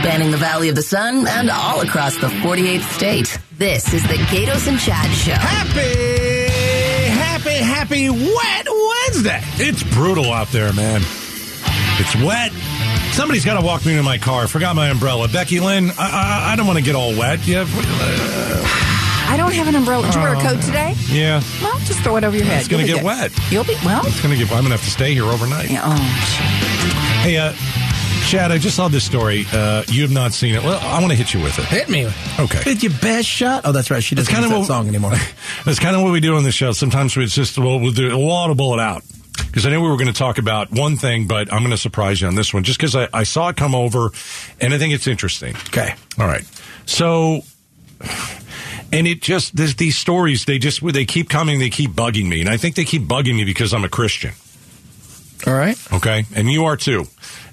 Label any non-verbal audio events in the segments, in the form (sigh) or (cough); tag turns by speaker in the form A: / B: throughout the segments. A: spanning the Valley of the Sun and all across the 48th state. This is the Gatos and Chad Show.
B: Happy, happy, happy wet Wednesday. It's brutal out there, man. It's wet. Somebody's got to walk me to my car. Forgot my umbrella. Becky Lynn, I, I, I don't want to get all wet. Yeah,
C: I don't have an umbrella. Did you wear a coat today?
B: yeah.
C: Well, just throw it over your head.
B: Oh. It's gonna
C: You'll be
B: get wet.
C: good. You'll be well.
B: It's gonna get. I'm gonna have to stay here overnight.
C: Yeah, oh,
B: Hey, uh, Chad, I just saw this story. Uh, you have not seen it. Well, I want to hit you with it.
D: Hit me.
B: Okay.
D: With your best shot. Oh, that's right. She doesn't
B: kinda
D: use that
B: what- (laughs)
D: song anymore.
B: That's kind of what we do on the show. Sometimes we- it's just well, we'll do we'll audible it out because I knew we were going to talk about one thing, but I'm going to surprise you on this one just because I, I saw it come over and I think it's interesting.
D: Okay.
B: all right. So, and it just there's these stories they just they keep coming, they keep bugging me, and I think they keep bugging me because I'm a Christian.
D: All right.
B: Okay. And you are too.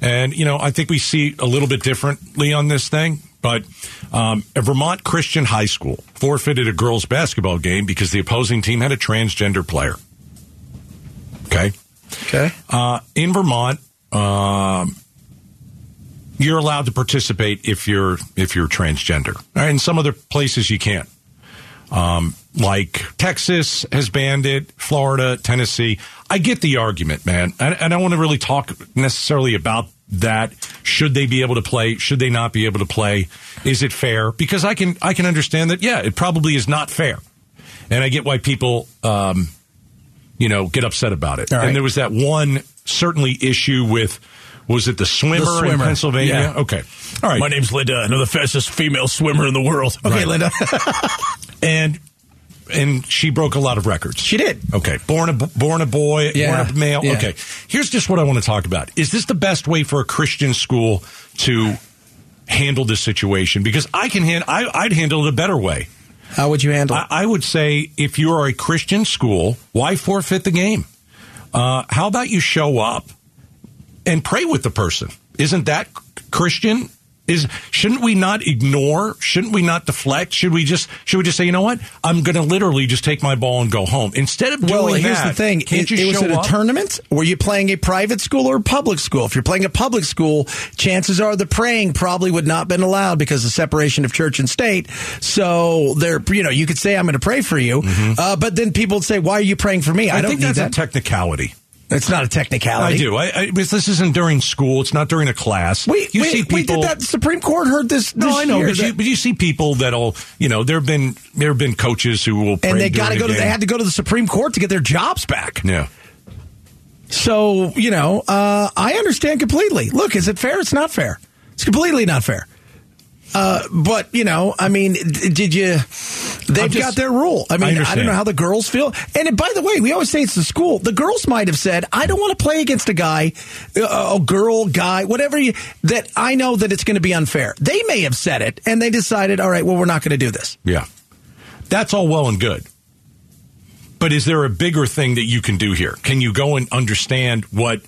B: And, you know, I think we see a little bit differently on this thing, but um, a Vermont Christian high school forfeited a girls' basketball game because the opposing team had a transgender player. Okay.
D: Okay.
B: Uh, in Vermont, um, you're allowed to participate if you're if you're transgender. All right, in some other places, you can't. Um, like Texas has banned it, Florida, Tennessee. I get the argument, man. I, I don't want to really talk necessarily about that. Should they be able to play? Should they not be able to play? Is it fair? Because I can I can understand that. Yeah, it probably is not fair, and I get why people um, you know get upset about it.
D: All right.
B: And there was that one certainly issue with was it the swimmer, in
D: swimmer.
B: Pennsylvania?
D: Yeah.
B: Okay, all right.
E: My name's Linda, and I'm the fastest female swimmer in the world.
D: Okay,
E: (laughs)
B: Right.
D: Linda.
B: (laughs) and and she broke a lot of records.
D: she did.
B: Okay, born a born a boy,
D: Yeah,
B: born a male.
D: yeah.
B: Okay, here's just what I want to talk about. Is this the best way for a Christian school to handle this situation? Because I can hand, I, I'd handle it a better way.
D: How would you handle it?
B: I, I would say if you are a Christian school, why forfeit the game? Uh, how about you show up and pray with the person? Isn't that c- Christian? Is shouldn't we not ignore? Shouldn't we not deflect? Should we just should we just say, you know what? I'm going to literally just take my ball and go home instead of doing
D: well, here's
B: that,
D: the thing.
B: Can't
D: It,
B: you
D: it was
B: show
D: at a
B: up?
D: tournament. Were you playing a private school or a public school? If you're playing a public school, chances are the praying probably would not have been allowed because of separation of church and state. So there, you know, you could say, "I'm going to pray for you," uh, but then people would say, "Why are you praying for me? I,
B: Mm-hmm. I,
D: don't
B: think
D: need
B: that's a
D: that."
B: technicality.
D: it's not a technicality.
B: I do. I, I because this isn't during school. It's not during a class.
D: We,
B: you
D: we,
B: see people
D: we did that. The Supreme Court heard this.
B: No,
D: this
B: I know,
D: year
B: but you,
D: that-
B: but you see people that'll, you know, there have been there have been coaches who will,
D: and they got to go to.
B: the
D: They had to go to the Supreme Court to get their jobs back.
B: yeah.
D: So you know, uh, I understand completely. Look, is it fair? It's not fair. It's completely not fair. Uh, but you know, I mean, d- did you? They've
B: just-
D: got their rule. I
B: I
D: mean, I,
B: understand.
D: don't know how the girls feel. And it- by the way, we always say it's the school. The girls might have said, "I don't want to play against a guy, uh, a girl, guy, whatever." You, that I know that it's going to be unfair. They may have said it, and they decided, "All right, well, we're not going to do this."
B: Yeah. That's all well and good. But is there a bigger thing that you can do here? Can you go and understand what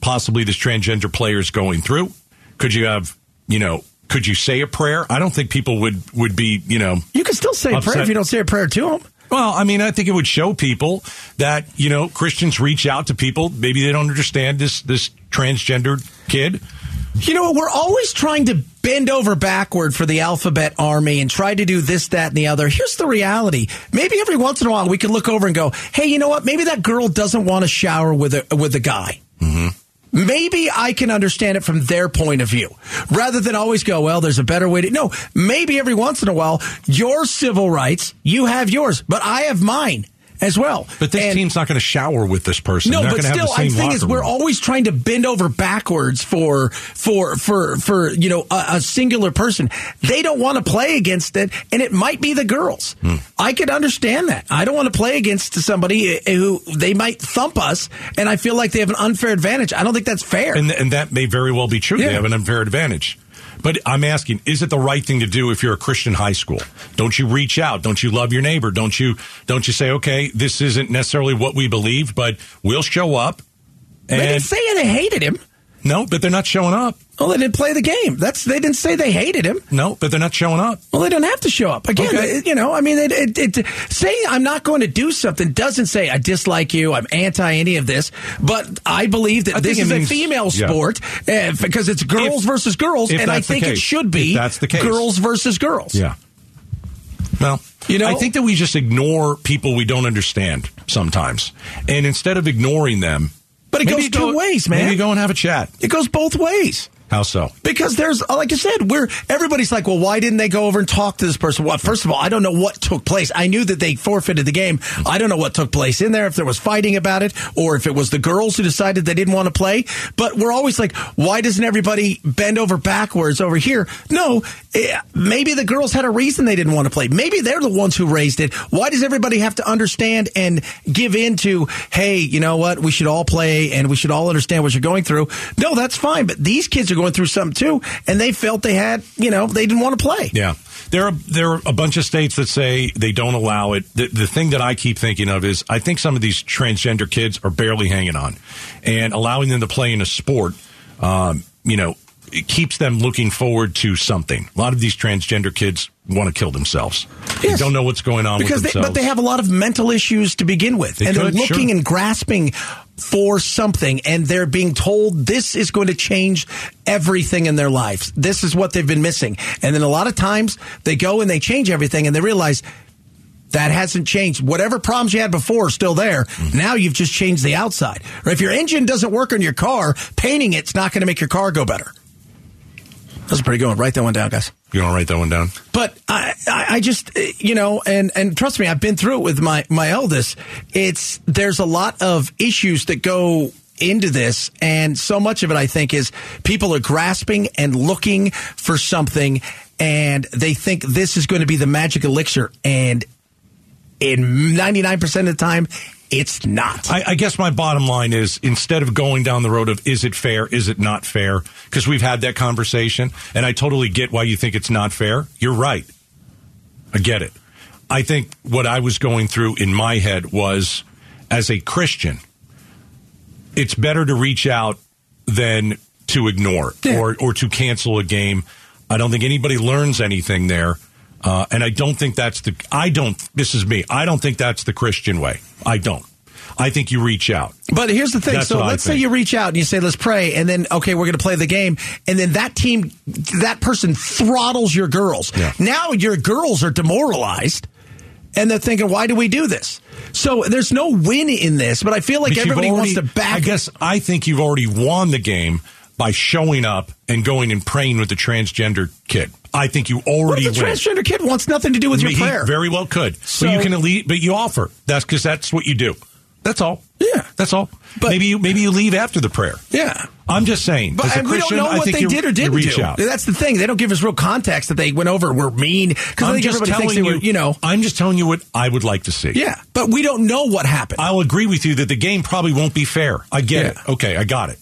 B: possibly this transgender player is going through? Could you have, you know, could you say a prayer? I don't think people would would be, you know,
D: You can still say a prayer
B: Upset.
D: if you don't say a prayer to them.
B: Well, I mean, I think it would show people that you know Christians reach out to people. Maybe they don't understand this this transgendered kid.
D: You know what? We're always trying to bend over backward for the alphabet army and try to do this, that, and the other. Here's the reality. Maybe every once in a while we can look over and go, hey, you know what? Maybe that girl doesn't want to shower with a, with a guy. Mm-hmm. Maybe I can understand it from their point of view rather than always go, well, there's a better way to. No, maybe every once in a while, your civil rights, you have yours, but I have mine as well.
B: But this
D: And-
B: team's not going to shower with this person.
D: no,
B: They're not
D: but
B: gonna
D: still,
B: have the
D: I
B: same
D: think is
B: locker
D: we're
B: room.
D: always trying to bend over backwards for for for for you know a, a singular person. They don't want to play against it, and it might be the girls.
B: Hmm.
D: I could understand that. I don't want to play against somebody eh, who they might thump us, and I feel like they have an unfair advantage. I don't think that's fair.
B: and and that may very well be true.
D: Yeah.
B: They have an unfair advantage. But I'm asking, is it the right thing to do if you're a Christian high school? Don't you reach out? Don't you love your neighbor? Don't you don't you say, okay, this isn't necessarily what we believe, but we'll show up.
D: they
B: And
D: didn't say they hated him.
B: No, but they're not showing up.
D: Well, they didn't play the game. That's they didn't say they hated him.
B: No, but they're not showing up.
D: Well, they don't have to show up again.
B: Okay.
D: they- you know, I mean, it, it, it, saying I'm not going to do something doesn't say I dislike you. I'm anti any of this. But I believe that
B: I think
D: this
B: it
D: is
B: means-
D: a female
B: yeah.
D: sport eh, because it's girls
B: If-
D: versus girls,
B: if
D: and I
B: that's the
D: think it
B: case.
D: should be
B: If that's the case.
D: girls versus girls.
B: Yeah. Well,
D: You know-
B: I think that we just ignore people we don't understand sometimes, and instead of ignoring them,
D: But it
B: maybe
D: goes two ways, man.
B: Maybe go and have a chat.
D: It goes both ways.
B: How so?
D: Because there's, uh, like I said, we're everybody's like, well, why didn't they go over and talk to this person? Well, first of all, I don't know what took place. I knew that they forfeited the game. I don't know what took place in there, if there was fighting about it, or if it was the girls who decided they didn't want to play. But we're always like, why doesn't everybody bend over backwards over here? No, eh, maybe the girls had a reason they didn't want to play. Maybe they're the ones who raised it. Why does everybody have to understand and give in to, hey, you know what? We should all play and we should all understand what you're going through. No, that's fine. But these kids are going through something too. And they felt they had, you know, they didn't want to play.
B: Yeah, there are there are a bunch of states that say they don't allow it. The, the thing that I keep thinking of is I think some of these transgender kids are barely hanging on, and allowing them to play in a sport, um, you know, it keeps them looking forward to something. A lot of these transgender kids want to kill themselves. They
D: Yes.
B: don't know what's going on
D: Because
B: with
D: they,
B: themselves.
D: but they have a lot of mental issues to begin with.
B: They
D: and
B: could,
D: they're looking
B: sure.
D: and grasping for something and they're being told this is going to change everything in their lives. This is what they've been missing. And then a lot of times they go and they change everything and they realize that hasn't changed. Whatever problems you had before are still there.
B: Mm-hmm.
D: Now you've just changed the outside. Or if your engine doesn't work on your car, painting it's not going to make your car go better. That's a pretty good one. Write that one down, guys.
B: you want to write that one down?
D: But I, I, I just, eh, you know, and, and trust me, I've been through it with my, my eldest. It's, there's a lot of issues that go into this. And so much of it, I think, is people are grasping and looking for something and they think this is going to be the magic elixir. And in 99% of the time, it's not.
B: I, I guess my bottom line is instead of going down the road of is it fair, is it not fair, because we've had that conversation, and I totally get why you think it's not fair. You're right. I get it. I think what I was going through in my head was as a Christian, it's better to reach out than to ignore or, or to cancel a game. I don't think anybody learns anything there. Uh, and I don't think that's the, I don't, this is me. I don't think that's the Christian way. I don't. I think you reach out.
D: But here's the thing.
B: That's
D: so
B: what I
D: let's say
B: think.
D: you reach out and you say, let's pray. And then, okay, we're going to play the game. And then that team, that person throttles your girls.
B: Yeah.
D: Now your girls are demoralized and they're thinking, why do we do this? So there's no win in this, but I feel like
B: But you've
D: everybody wants to
B: already-
D: back.
B: I guess I think you've already won the game by showing up and going and praying with the transgender kid. I think you
D: What
B: already
D: if the
B: win.
D: transgender kid wants nothing to do with your
B: He
D: prayer?
B: very well could.
D: So-
B: but you can elite, but you offer. That's because that's what you do. That's all.
D: Yeah.
B: that's all.
D: But-
B: maybe you maybe you leave after the prayer.
D: yeah.
B: I'm just saying.
D: But
B: as a
D: and we don't
B: Christian,
D: know
B: I
D: what
B: think
D: they
B: you-
D: did or
B: you
D: didn't
B: reach
D: do.
B: Out.
D: That's the thing. They don't give us real context that they went over. We're mean because I
B: I'm
D: think
B: just
D: everybody thinks
B: telling
D: they were,
B: you.
D: you know.
B: I'm just telling you what I would like to see.
D: Yeah, but we don't know what happened.
B: I'll agree with you that the game probably won't be fair. I get
D: Yeah.
B: it. Okay, I got it.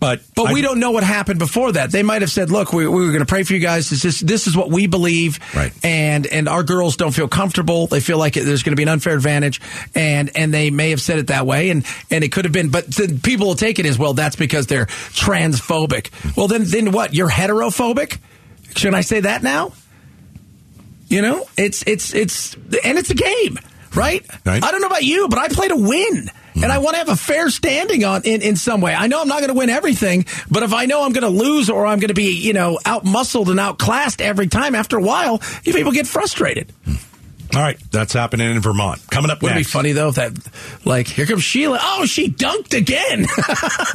B: But
D: But
B: I-
D: we don't know what happened before that. They might have said, "Look, we, we were going to pray for you guys. This is this is what we believe,
B: Right.
D: and and our girls don't feel comfortable. They feel like there's going to be an unfair advantage, and and they may have said it that way, and and it could have been. But then people will take it as well. That's because they're transphobic. Well, then then what? You're heterophobic. Should I say that now? You know, it's it's it's and it's a game, right?
B: Right. Mm-hmm.
D: I don't know about you, but I play to win. And I want to have a fair standing on in, in some way. I know I'm not going to win everything, but if I know I'm going to lose or I'm going to be, you know, outmuscled and outclassed every time, after a while, you people get frustrated.
B: All right, that's happening in Vermont. Coming up
D: Wouldn't it be
B: next.
D: funny though if that, like, here comes Sheila. Oh, she dunked again.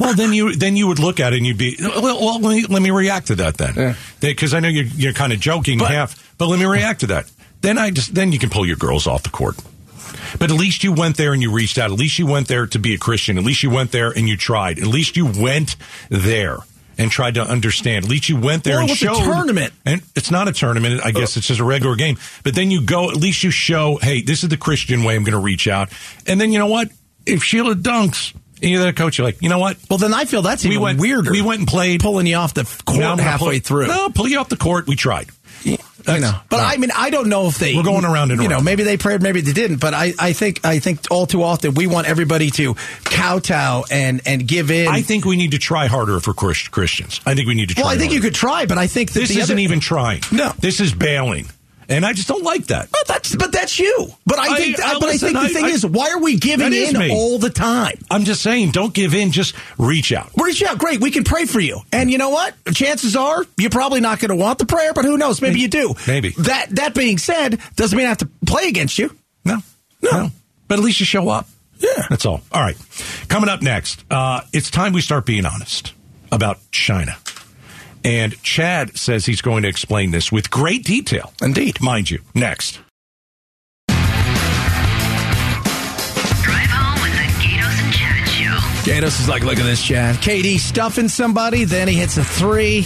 D: (laughs)
B: well, then you then you would look at it and you'd be well. well, let, me, let me react to that then, because I know you're you're kind of joking
D: But-
B: half, but let me react to that. Then I just then you can pull your girls off the court. But at least you went there and you reached out. At least you went there to be a Christian. At least you went there and you tried. At least you went there and tried to understand. At least you went there
D: Well,
B: and
D: it was a
B: showed
D: tournament. Oh.
B: And it's not a tournament. I guess it's just a regular game. But then you go. At least you show. Hey, this is the Christian way. I'm going to reach out. And then you know what? If Sheila dunks, and you're the coach. You're like, you know what?
D: well, then I feel that's even
B: we went
D: weirder.
B: We went and played.
D: pulling you off the
B: Now I'm
D: court
B: gonna
D: halfway
B: pull-
D: through.
B: No, pull you off the court. We tried.
D: you know. But I mean, I don't know if they.
B: We're going around and
D: You know,
B: around.
D: maybe they prayed, maybe they didn't. But I, I think, I think all too often we want everybody to kowtow and and give in.
B: I think we need to try harder for Chris- Christians. I think we need to. Try
D: well, I think
B: harder.
D: you could try, but I think that
B: This
D: the
B: isn't
D: other,
B: even trying.
D: No.
B: this is bailing, and I just don't like that.
D: But that's but that's you. But I
B: I-
D: think.
B: I-
D: but
B: listen,
D: I think the
B: I-
D: thing
B: I-
D: is, why are we giving
B: That is
D: in
B: me.
D: all the time?
B: I'm just saying, don't give in. Just reach out.
D: Reach out. Great. We can pray for you. And you know what? Chances are you're probably not going to want the prayer, but who knows? Maybe you do.
B: Maybe.
D: That that being said, doesn't mean I have to play against you.
B: No, no. But at least you show up.
D: Yeah.
B: That's all. All right. Coming up next, uh, it's time we start being honest about China. And Chad says he's going to explain this with great detail.
D: Indeed.
B: Mind you, next.
A: Drive home with the Gatos and Chad Show.
D: Gatos is like, look at this, Chad. KD stuffing somebody, then he hits a three.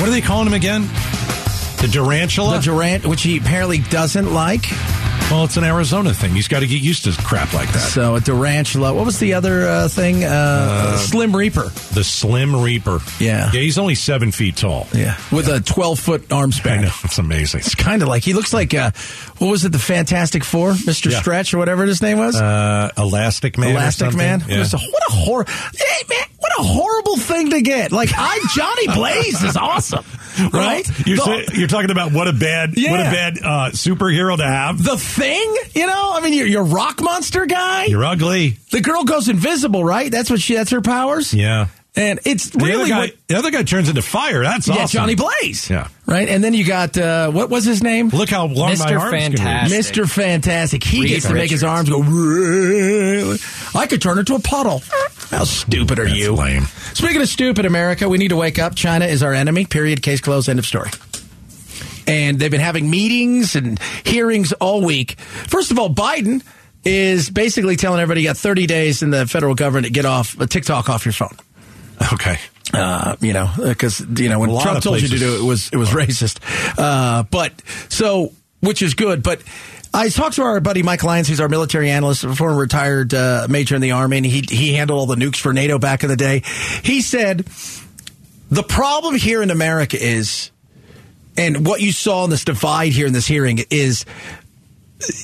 B: What are they calling him again? The Durantula?
D: The Durant, which he apparently doesn't like.
B: well, it's an Arizona thing. He's got to get used to crap like that.
D: So a Durantula. What was the other uh, thing? Uh, Slim Reaper.
B: The Slim Reaper.
D: Yeah.
B: Yeah, he's only seven feet tall.
D: With a 12 foot arm
B: I
D: span.
B: know. It's
D: (laughs)
B: amazing.
D: It's kind of like he looks like uh, what was it, the Fantastic Four, Mister
B: Yeah.
D: Stretch or whatever his name was,
B: Uh, Elastic Man. or
D: Elastic
B: something?
D: Man.
B: Yeah. (laughs)
D: Just a- what a hor- hey, man, what a horrible thing to get! Like I,
B: (laughs)
D: Johnny Blaze is awesome,
B: Well,
D: right?
B: You're,
D: The-
B: sa- you're talking about what a bad, what a
D: Yeah.
B: bad uh, superhero to have.
D: the thing, you know, I mean, you're, you're rock monster guy.
B: You're ugly.
D: the girl goes invisible, right? That's what she. That's her powers.
B: Yeah.
D: and it's
B: The
D: really
B: other guy,
D: what,
B: the other guy turns into fire. That's
D: yeah,
B: awesome.
D: Johnny Blaze.
B: Yeah.
D: right. And then you got uh, what was his name?
B: Look how long my
F: Mr.
B: arms can reach.
F: Fantastic.
D: Mr. Fantastic. He
F: Reed
D: gets to make his arms
F: Richards.
D: go. "Really?" I could turn into a puddle. How stupid are
B: That's
D: you?
B: lame.
D: Speaking of stupid, America, we need to wake up. China is our enemy. Period. Case closed. End of story. And they've been having meetings and hearings all week. First of all, Biden is basically telling everybody you got 30 days in the federal government to get off uh, TikTok off your phone
B: Okay.
D: uh, you know, because you know when
B: lot
D: Trump
B: of
D: told you to
B: places-
D: do it, it was it was racist. Uh, but so, which is good. But I talked to our buddy Mike Lyons, who's our military analyst, a former retired uh, major in the army, and he he handled all the nukes for NATO back in the day. He said the problem here in America is, and what you saw in this divide here in this hearing is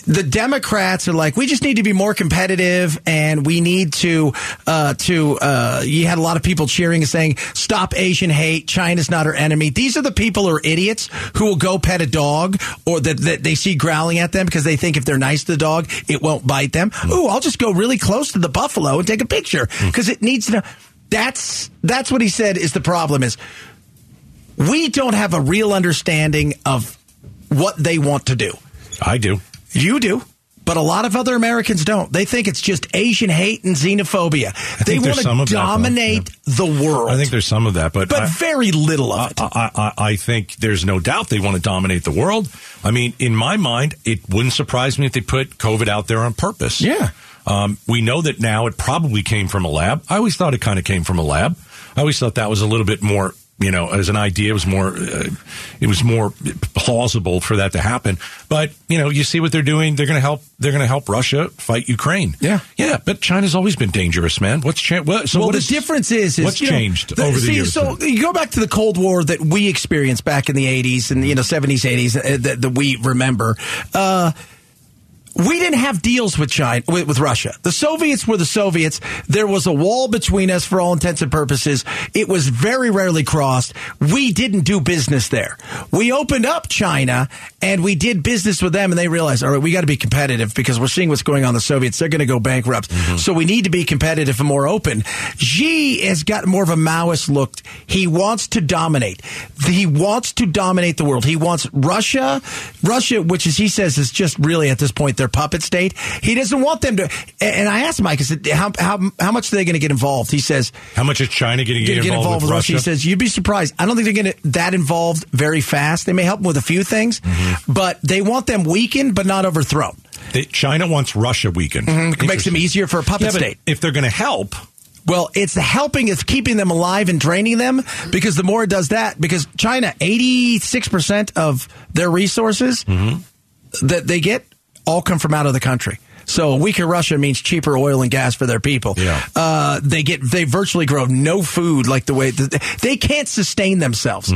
D: the Democrats are like, we just need to be more competitive, and we need to uh, to. Uh, you had a lot of people cheering and saying, "Stop Asian hate. China's not our enemy." These are the people who are idiots who will go pet a dog or that, that they see growling at them because they think if they're nice to the dog, it won't bite them. Ooh, I'll just go really close to the buffalo and take a picture because it needs to. Know. That's that's what he said is the problem is we don't have a real understanding of what they want to do.
B: I do.
D: You do. But a lot of other Americans don't. They think it's just Asian hate and xenophobia. They
B: think
D: want
B: there's some
D: to
B: of that, though.
D: dominate the world.
B: I think there's some of that, but
D: but
B: I,
D: very little of it.
B: I, I, I think there's no doubt they want to dominate the world. I mean, in my mind, it wouldn't surprise me if they put COVID out there on purpose.
D: Yeah.
B: Um, we know that now it probably came from a lab. I always thought it kind of came from a lab. I always thought that was a little bit more, you know, as an idea, it was more, uh, it was more plausible for that to happen. But you know, you see what they're doing. They're going to help. They're going to help Russia fight Ukraine.
D: Yeah.
B: yeah. But China's always been dangerous, man. What's cha- what, so
D: well,
B: what
D: the
B: is-
D: difference is, is
B: what's
D: you know,
B: changed over the
D: see,
B: years?
D: So you go back to the Cold War that we experienced back in the '80s and you know '70s, '80s uh, that, that we remember. Uh, we didn't have deals with China with, with Russia. The Soviets were the Soviets. There was a wall between us for all intents and purposes. It was very rarely crossed. We didn't do business there. We opened up China and we did business with them and they realized, all right, we got to be competitive because we're seeing what's going on in the Soviets. They're going to go bankrupt. Mm. So we need to be competitive and more open. Xi has got more of a Maoist look. He wants to dominate. He wants to dominate the world. He wants Russia, Russia, which is he says is just really at this point their puppet state. He doesn't want them to. And I asked Mike, I said, how how how much are they going to get involved? He says,
B: How much is China getting,
D: gonna
B: involved, with Russia?
D: He says you'd be surprised. I don't think they're going to that involved very fast. They may help them with a few things,
B: Mm-hmm.
D: but they want them weakened but not overthrown.
B: that China wants Russia weakened.
D: Mm-hmm. It makes them
B: Interesting.
D: easier for a puppet
B: Yeah, but
D: state.
B: If they're going to help,
D: Well, it's the helping, it's keeping them alive and draining them because the more it does that, because China, 86% of their resources that they get all come from out of the country. So a weaker Russia means cheaper oil and gas for their people.
B: Yeah.
D: Uh, they get they virtually grow no food like the way that they can't sustain themselves.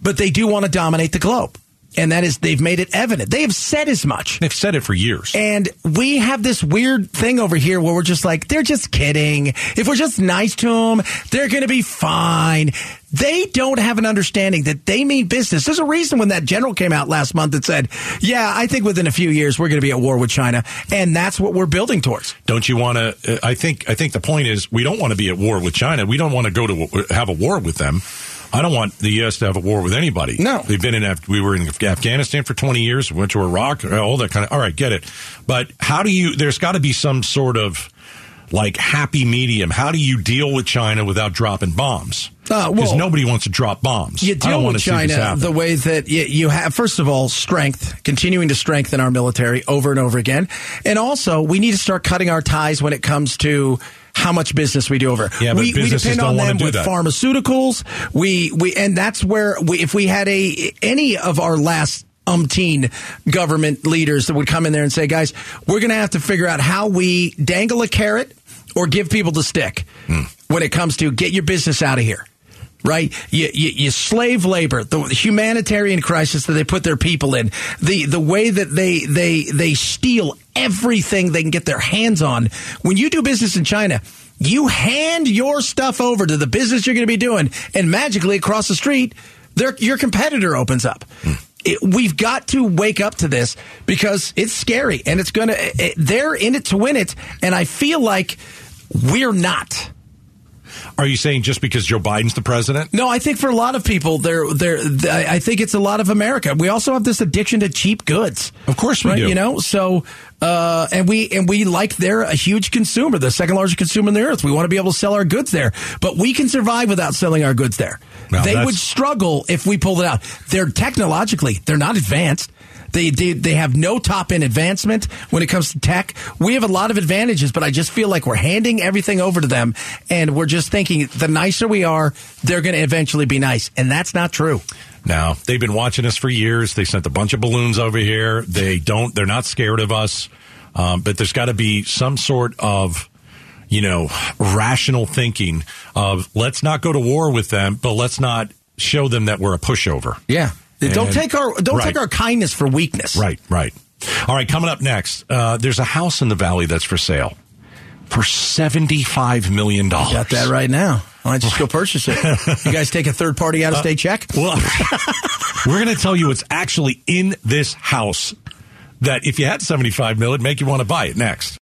D: but they do want to dominate the globe. And that is, they've made it evident. They have said as much.
B: They've said it for years.
D: And we have this weird thing over here where we're just like, they're just kidding. If we're just nice to them, they're going to be fine. They don't have an understanding that they mean business. There's a reason when that general came out last month that said, yeah, I think within a few years we're going to be at war with China. And that's what we're building towards.
B: Don't you want to? I think. I think the point is we don't want to be at war with China. We don't want to go to have a war with them. I don't want the U.S. to have a war with anybody.
D: No.
B: they've been in. Af- We were in Afghanistan for twenty years. Went to Iraq. uh, All that kind of. All right, get it. But how do you? There's got to be some sort of like happy medium. How do you deal with China without dropping bombs?
D: Uh, well-
B: Because nobody wants to drop bombs.
D: You
B: I don't
D: deal
B: want
D: with
B: to see this
D: China
B: happen.
D: the way that you, you have, first of all, strength, continuing to strengthen our military over and over again. And also, we need to start cutting our ties when it comes to how much business we do over.
B: Yeah, but
D: we, we
B: businesses
D: depend
B: don't
D: on
B: wanna
D: them
B: do
D: with
B: that.
D: pharmaceuticals. We, we, and that's where we, if we had a, any of our last umpteen government leaders that would come in there and say, guys, we're going to have to figure out how we dangle a carrot or give people the stick
B: Hmm.
D: when it comes to get your business out of here right? You, you, you slave labor, the humanitarian crisis that they put their people in, the the way that they they they steal everything they can get their hands on. When you do business in China. You hand your stuff over to the business you're going to be doing, and magically across the street, their, your competitor opens up. It- we've got to wake up to this because it's scary, and it's going to. They're in it to win it, and I feel like we're not.
B: Are you saying just because Joe Biden's the president?
D: No, I think for a lot of people, they're, they're, th- I I think it's a lot of America. We also have this addiction to cheap goods.
B: Of course we
D: right?
B: do.
D: You know, so uh, and we and we like they're a huge consumer, the second largest consumer on the earth. We want to be able to sell our goods there, but we can survive without selling our goods there.
B: Well,
D: they
B: that's-
D: would struggle if we pulled it out. They're technologically, they're not advanced. They, they, they have no top end advancement when it comes to tech. We have a lot of advantages, but I just feel like we're handing everything over to them, and we're just thinking the nicer we are, they're going to eventually be nice, and that's not true.
B: No, they've been watching us for years. They sent a bunch of balloons over here. They don't. They're not scared of us. Um, but there's got to be some sort of, you know, rational thinking of let's not go to war with them, but let's not show them that we're a pushover.
D: Yeah, don't
B: And-
D: take our don't
B: Right.
D: take our kindness for weakness.
B: Right, right. All right, coming up next, uh, there's a house in the valley that's for sale for $75 million.
D: Got that right now. Why don't you just go purchase (laughs) it? You guys take a third party out of state check?
B: Well, (laughs) we're going to tell you what's actually in this house that if you had 75 mil, it'd make you want to buy it next.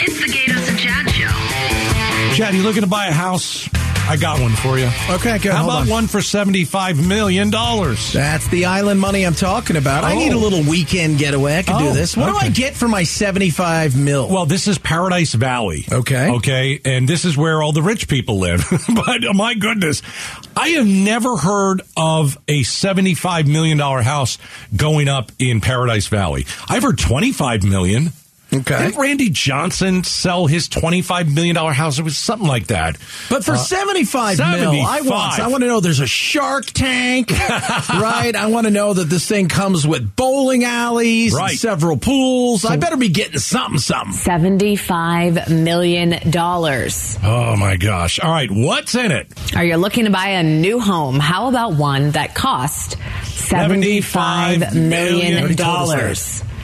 A: It's the Gatos and Chad Show.
B: Chad, you looking to buy a house? I got one for you.
D: Okay, good.
B: How
D: Hold
B: about
D: on.
B: one for $75 million?
D: That's the island money I'm talking about. I need a
B: Oh.
D: little weekend getaway. I can do
B: Oh,
D: this. What do I
B: okay.
D: get for my 75 mil?
B: Well, this is Paradise Valley.
D: Okay.
B: Okay. And this is where all the rich people live. (laughs) but oh, my goodness, I have never heard of a $75 million house going up in Paradise Valley. I've heard $25 million.
D: okay.
B: Didn't Randy Johnson sell his $25 million house? It was something like that.
D: But for 75 mil, I want
B: 75.
D: I want to know there's a shark (laughs) tank, right? I want to know that this thing comes with bowling alleys, and
B: Right.
D: several pools. I better be getting something something.
F: $75 million.
B: Oh, my gosh. All right. What's in it?
F: Are you looking to buy a new home? How about one that cost $75 million?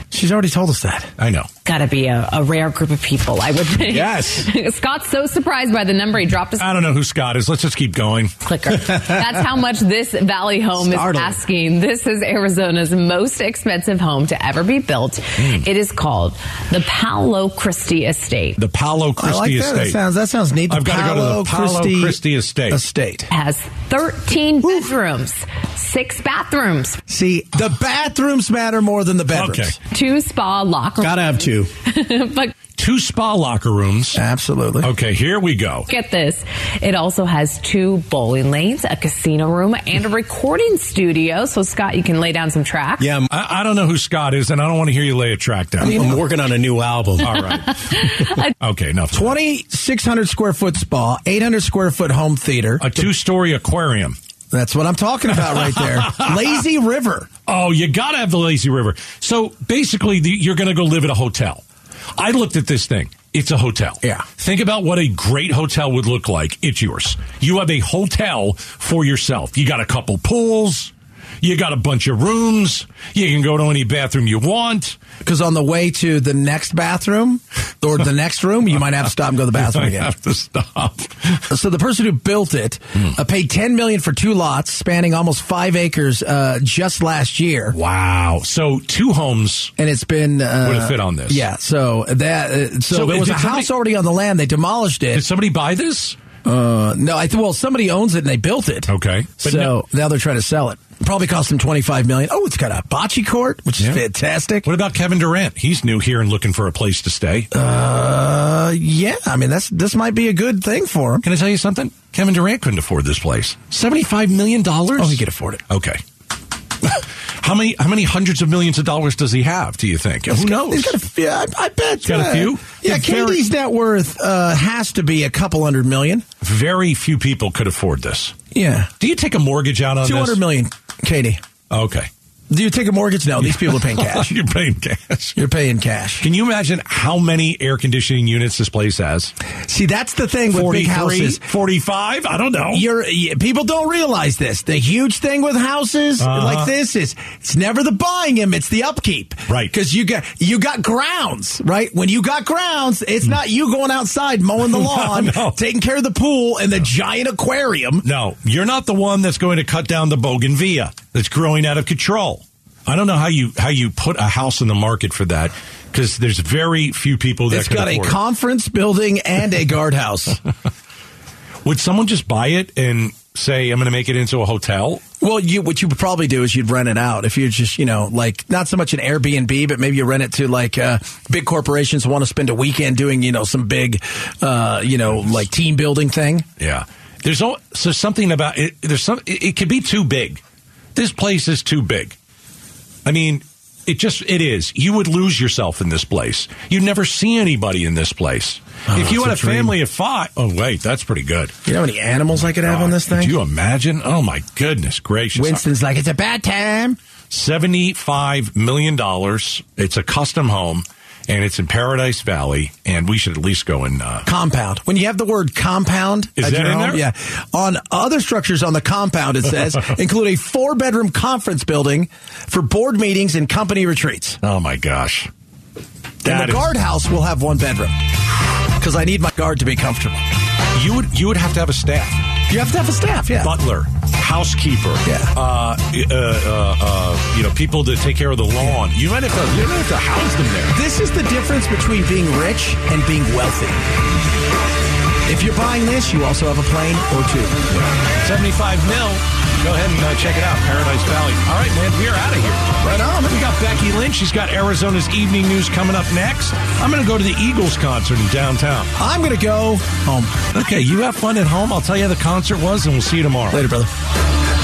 D: She's already told us that.
B: I know.
F: Gotta be a, a rare group of people, I would think.
B: Yes.
F: (laughs) Scott's so surprised by the number he dropped his (laughs)
B: I don't know who Scott is. Let's just keep going.
F: clicker. That's how much this Valley home
D: Startled.
F: is asking. This is Arizona's most expensive home to ever be built.
B: Hmm.
F: It is called the Paolo Christie Estate.
B: The Paolo
D: I
B: Christie
D: like that.
B: Estate.
D: That sounds that sounds neat.
B: I've gotta go to the Paolo Christie estate.
D: Estate.
F: has 13 bedrooms, six bathrooms,
D: See, the bathrooms matter more than the bedrooms.
B: okay.
F: two spa locker rooms.
D: Gotta have two.
F: (laughs) but
B: Two spa locker rooms.
D: Absolutely.
B: Okay, here we go.
F: get this. It also has two bowling lanes, a casino room, and a recording studio. So, Scott, you can lay down some tracks.
E: Yeah, I'm,
B: I, I don't know who Scott is, and I don't want to hear you lay a track down.
D: (laughs)
E: I'm working on a new album.
B: All right. okay, enough.
D: 2,600 square foot spa, 800 square foot home theater.
B: A two story aquarium.
D: That's what I'm talking about right there. Lazy River.
B: Oh, you got to have the lazy river. So basically, the, you're going to go live at a hotel. I looked at this thing. It's a hotel.
D: Yeah.
B: Think about what a great hotel would look like. It's yours. You have a hotel for yourself. You got a couple pools. You got a bunch of rooms. You can go to any bathroom you want.
D: Because on the way to the next bathroom or the next room, you might have to stop and go to the bathroom
B: I
D: again.
B: have to stop.
D: So the person who built it uh, paid ten million for two lots spanning almost five acres uh, just last year,
B: Wow. So two homes.
D: and it's been uh,
B: Would it fit on this?
D: Yeah. So that uh, so,
B: So
D: there was a
B: did somebody-
D: house already on the land. They demolished
B: Did
D: it.
B: somebody buy this?
D: Uh, no, I th- well somebody owns it and they built it.
B: Okay. But
D: so
B: no-
D: now they're trying to sell it. Probably cost them twenty five million. Oh, it's got a bocce court, which is
B: Yeah.
D: fantastic.
B: What about Kevin Durant? He's new here and looking for a place to stay.
D: Uh, yeah. I mean, that's this might be a good thing for him.
B: Can I tell you something? Kevin Durant couldn't afford this place. Seventy-five million dollars.
D: Oh, he could afford it.
B: Okay. (laughs) how many? How many hundreds of millions of dollars does he have? Do you think? Who knows?
D: He's got a few. I, I bet. uh,
B: He's got a few?
D: Yeah,
B: He's very-
D: KD's net worth uh, has to be a couple hundred million.
B: Very few people could afford this.
D: Yeah,
B: Do you take a mortgage out on
D: two hundred
B: this?
D: million. Katie,
B: Okay.
D: do you take a mortgage? No, these people are paying
B: (laughs)
D: cash.
B: You're paying cash.
D: You're paying cash.
B: Can you imagine how many air conditioning units this place has?
D: See, that's the thing with big
B: 43,
D: houses.
B: 45? I don't know.
D: You're, y- people don't realize this. The huge thing with houses
B: Uh-huh.
D: like this is it's never the buying them; it's the upkeep,
B: Right.
D: Because you got you got grounds, right? When you got grounds, it's not you going outside mowing the lawn,
B: Mm. (laughs) no.
D: taking care of the pool and the giant aquarium.
B: No, you're not the one that's going to cut down the bougainvillea that's growing out of control. I don't know how you how you put a house in the market for that because there's very few people that
D: It's
B: can
D: got a
B: afford it.
D: conference building and
B: (laughs)
D: a guardhouse.
B: Would someone just buy it and say I'm going to make it into a hotel?
D: well, you what you would probably do is you'd rent it out if you're just you know like not so much an Airbnb, but maybe you rent it to like uh, big corporations who want to spend a weekend doing you know some big uh, you know like team building thing.
B: Yeah. There's all, so something about it. There's some. It, it could be too big. This place is too big. I mean, it just it is. You would lose yourself in this place. You'd never see anybody in this place. if you had a,
D: Oh, that's a dream.
B: family of five, oh wait, that's pretty good.
D: You know how many animals I could have on this
B: God,
D: thing?
B: Could you imagine? Oh my goodness gracious!
D: Winston's like it's a bad time.
B: Seventy-five million dollars. It's a custom home, and it's in Paradise Valley. And we should at least go and uh,
D: Compound. When you have the word compound,
B: Is
D: at
B: that
D: your
B: in
D: home,
B: there?
D: Yeah. On other structures on the compound,
B: (laughs)
D: it says include a four bedroom conference building for board meetings and company retreats.
B: oh my gosh,
D: and
B: That
D: the
B: is-
D: guardhouse will have one bedroom because I need my guard to be comfortable.
B: you would you would have to have a staff.
D: You have to have a staff, yeah.
B: butler, housekeeper,
D: Yeah.
B: uh, uh, uh, uh, you know, people that take care of the lawn. You might have to, you might have to house them there.
D: this is the difference between being rich and being wealthy. If you're buying this, you also have a plane or two.
B: 75 mil. Go ahead and uh, check it out, Paradise Valley. All right, man, we are out of here.
D: Right on.
B: We got Becky Lynch. She's got Arizona's evening news coming up next. I'm going to go to the Eagles concert in downtown.
D: I'm going to go home.
B: Okay, you have fun at home. I'll tell you how the concert was, and we'll see you tomorrow.
D: Later, brother.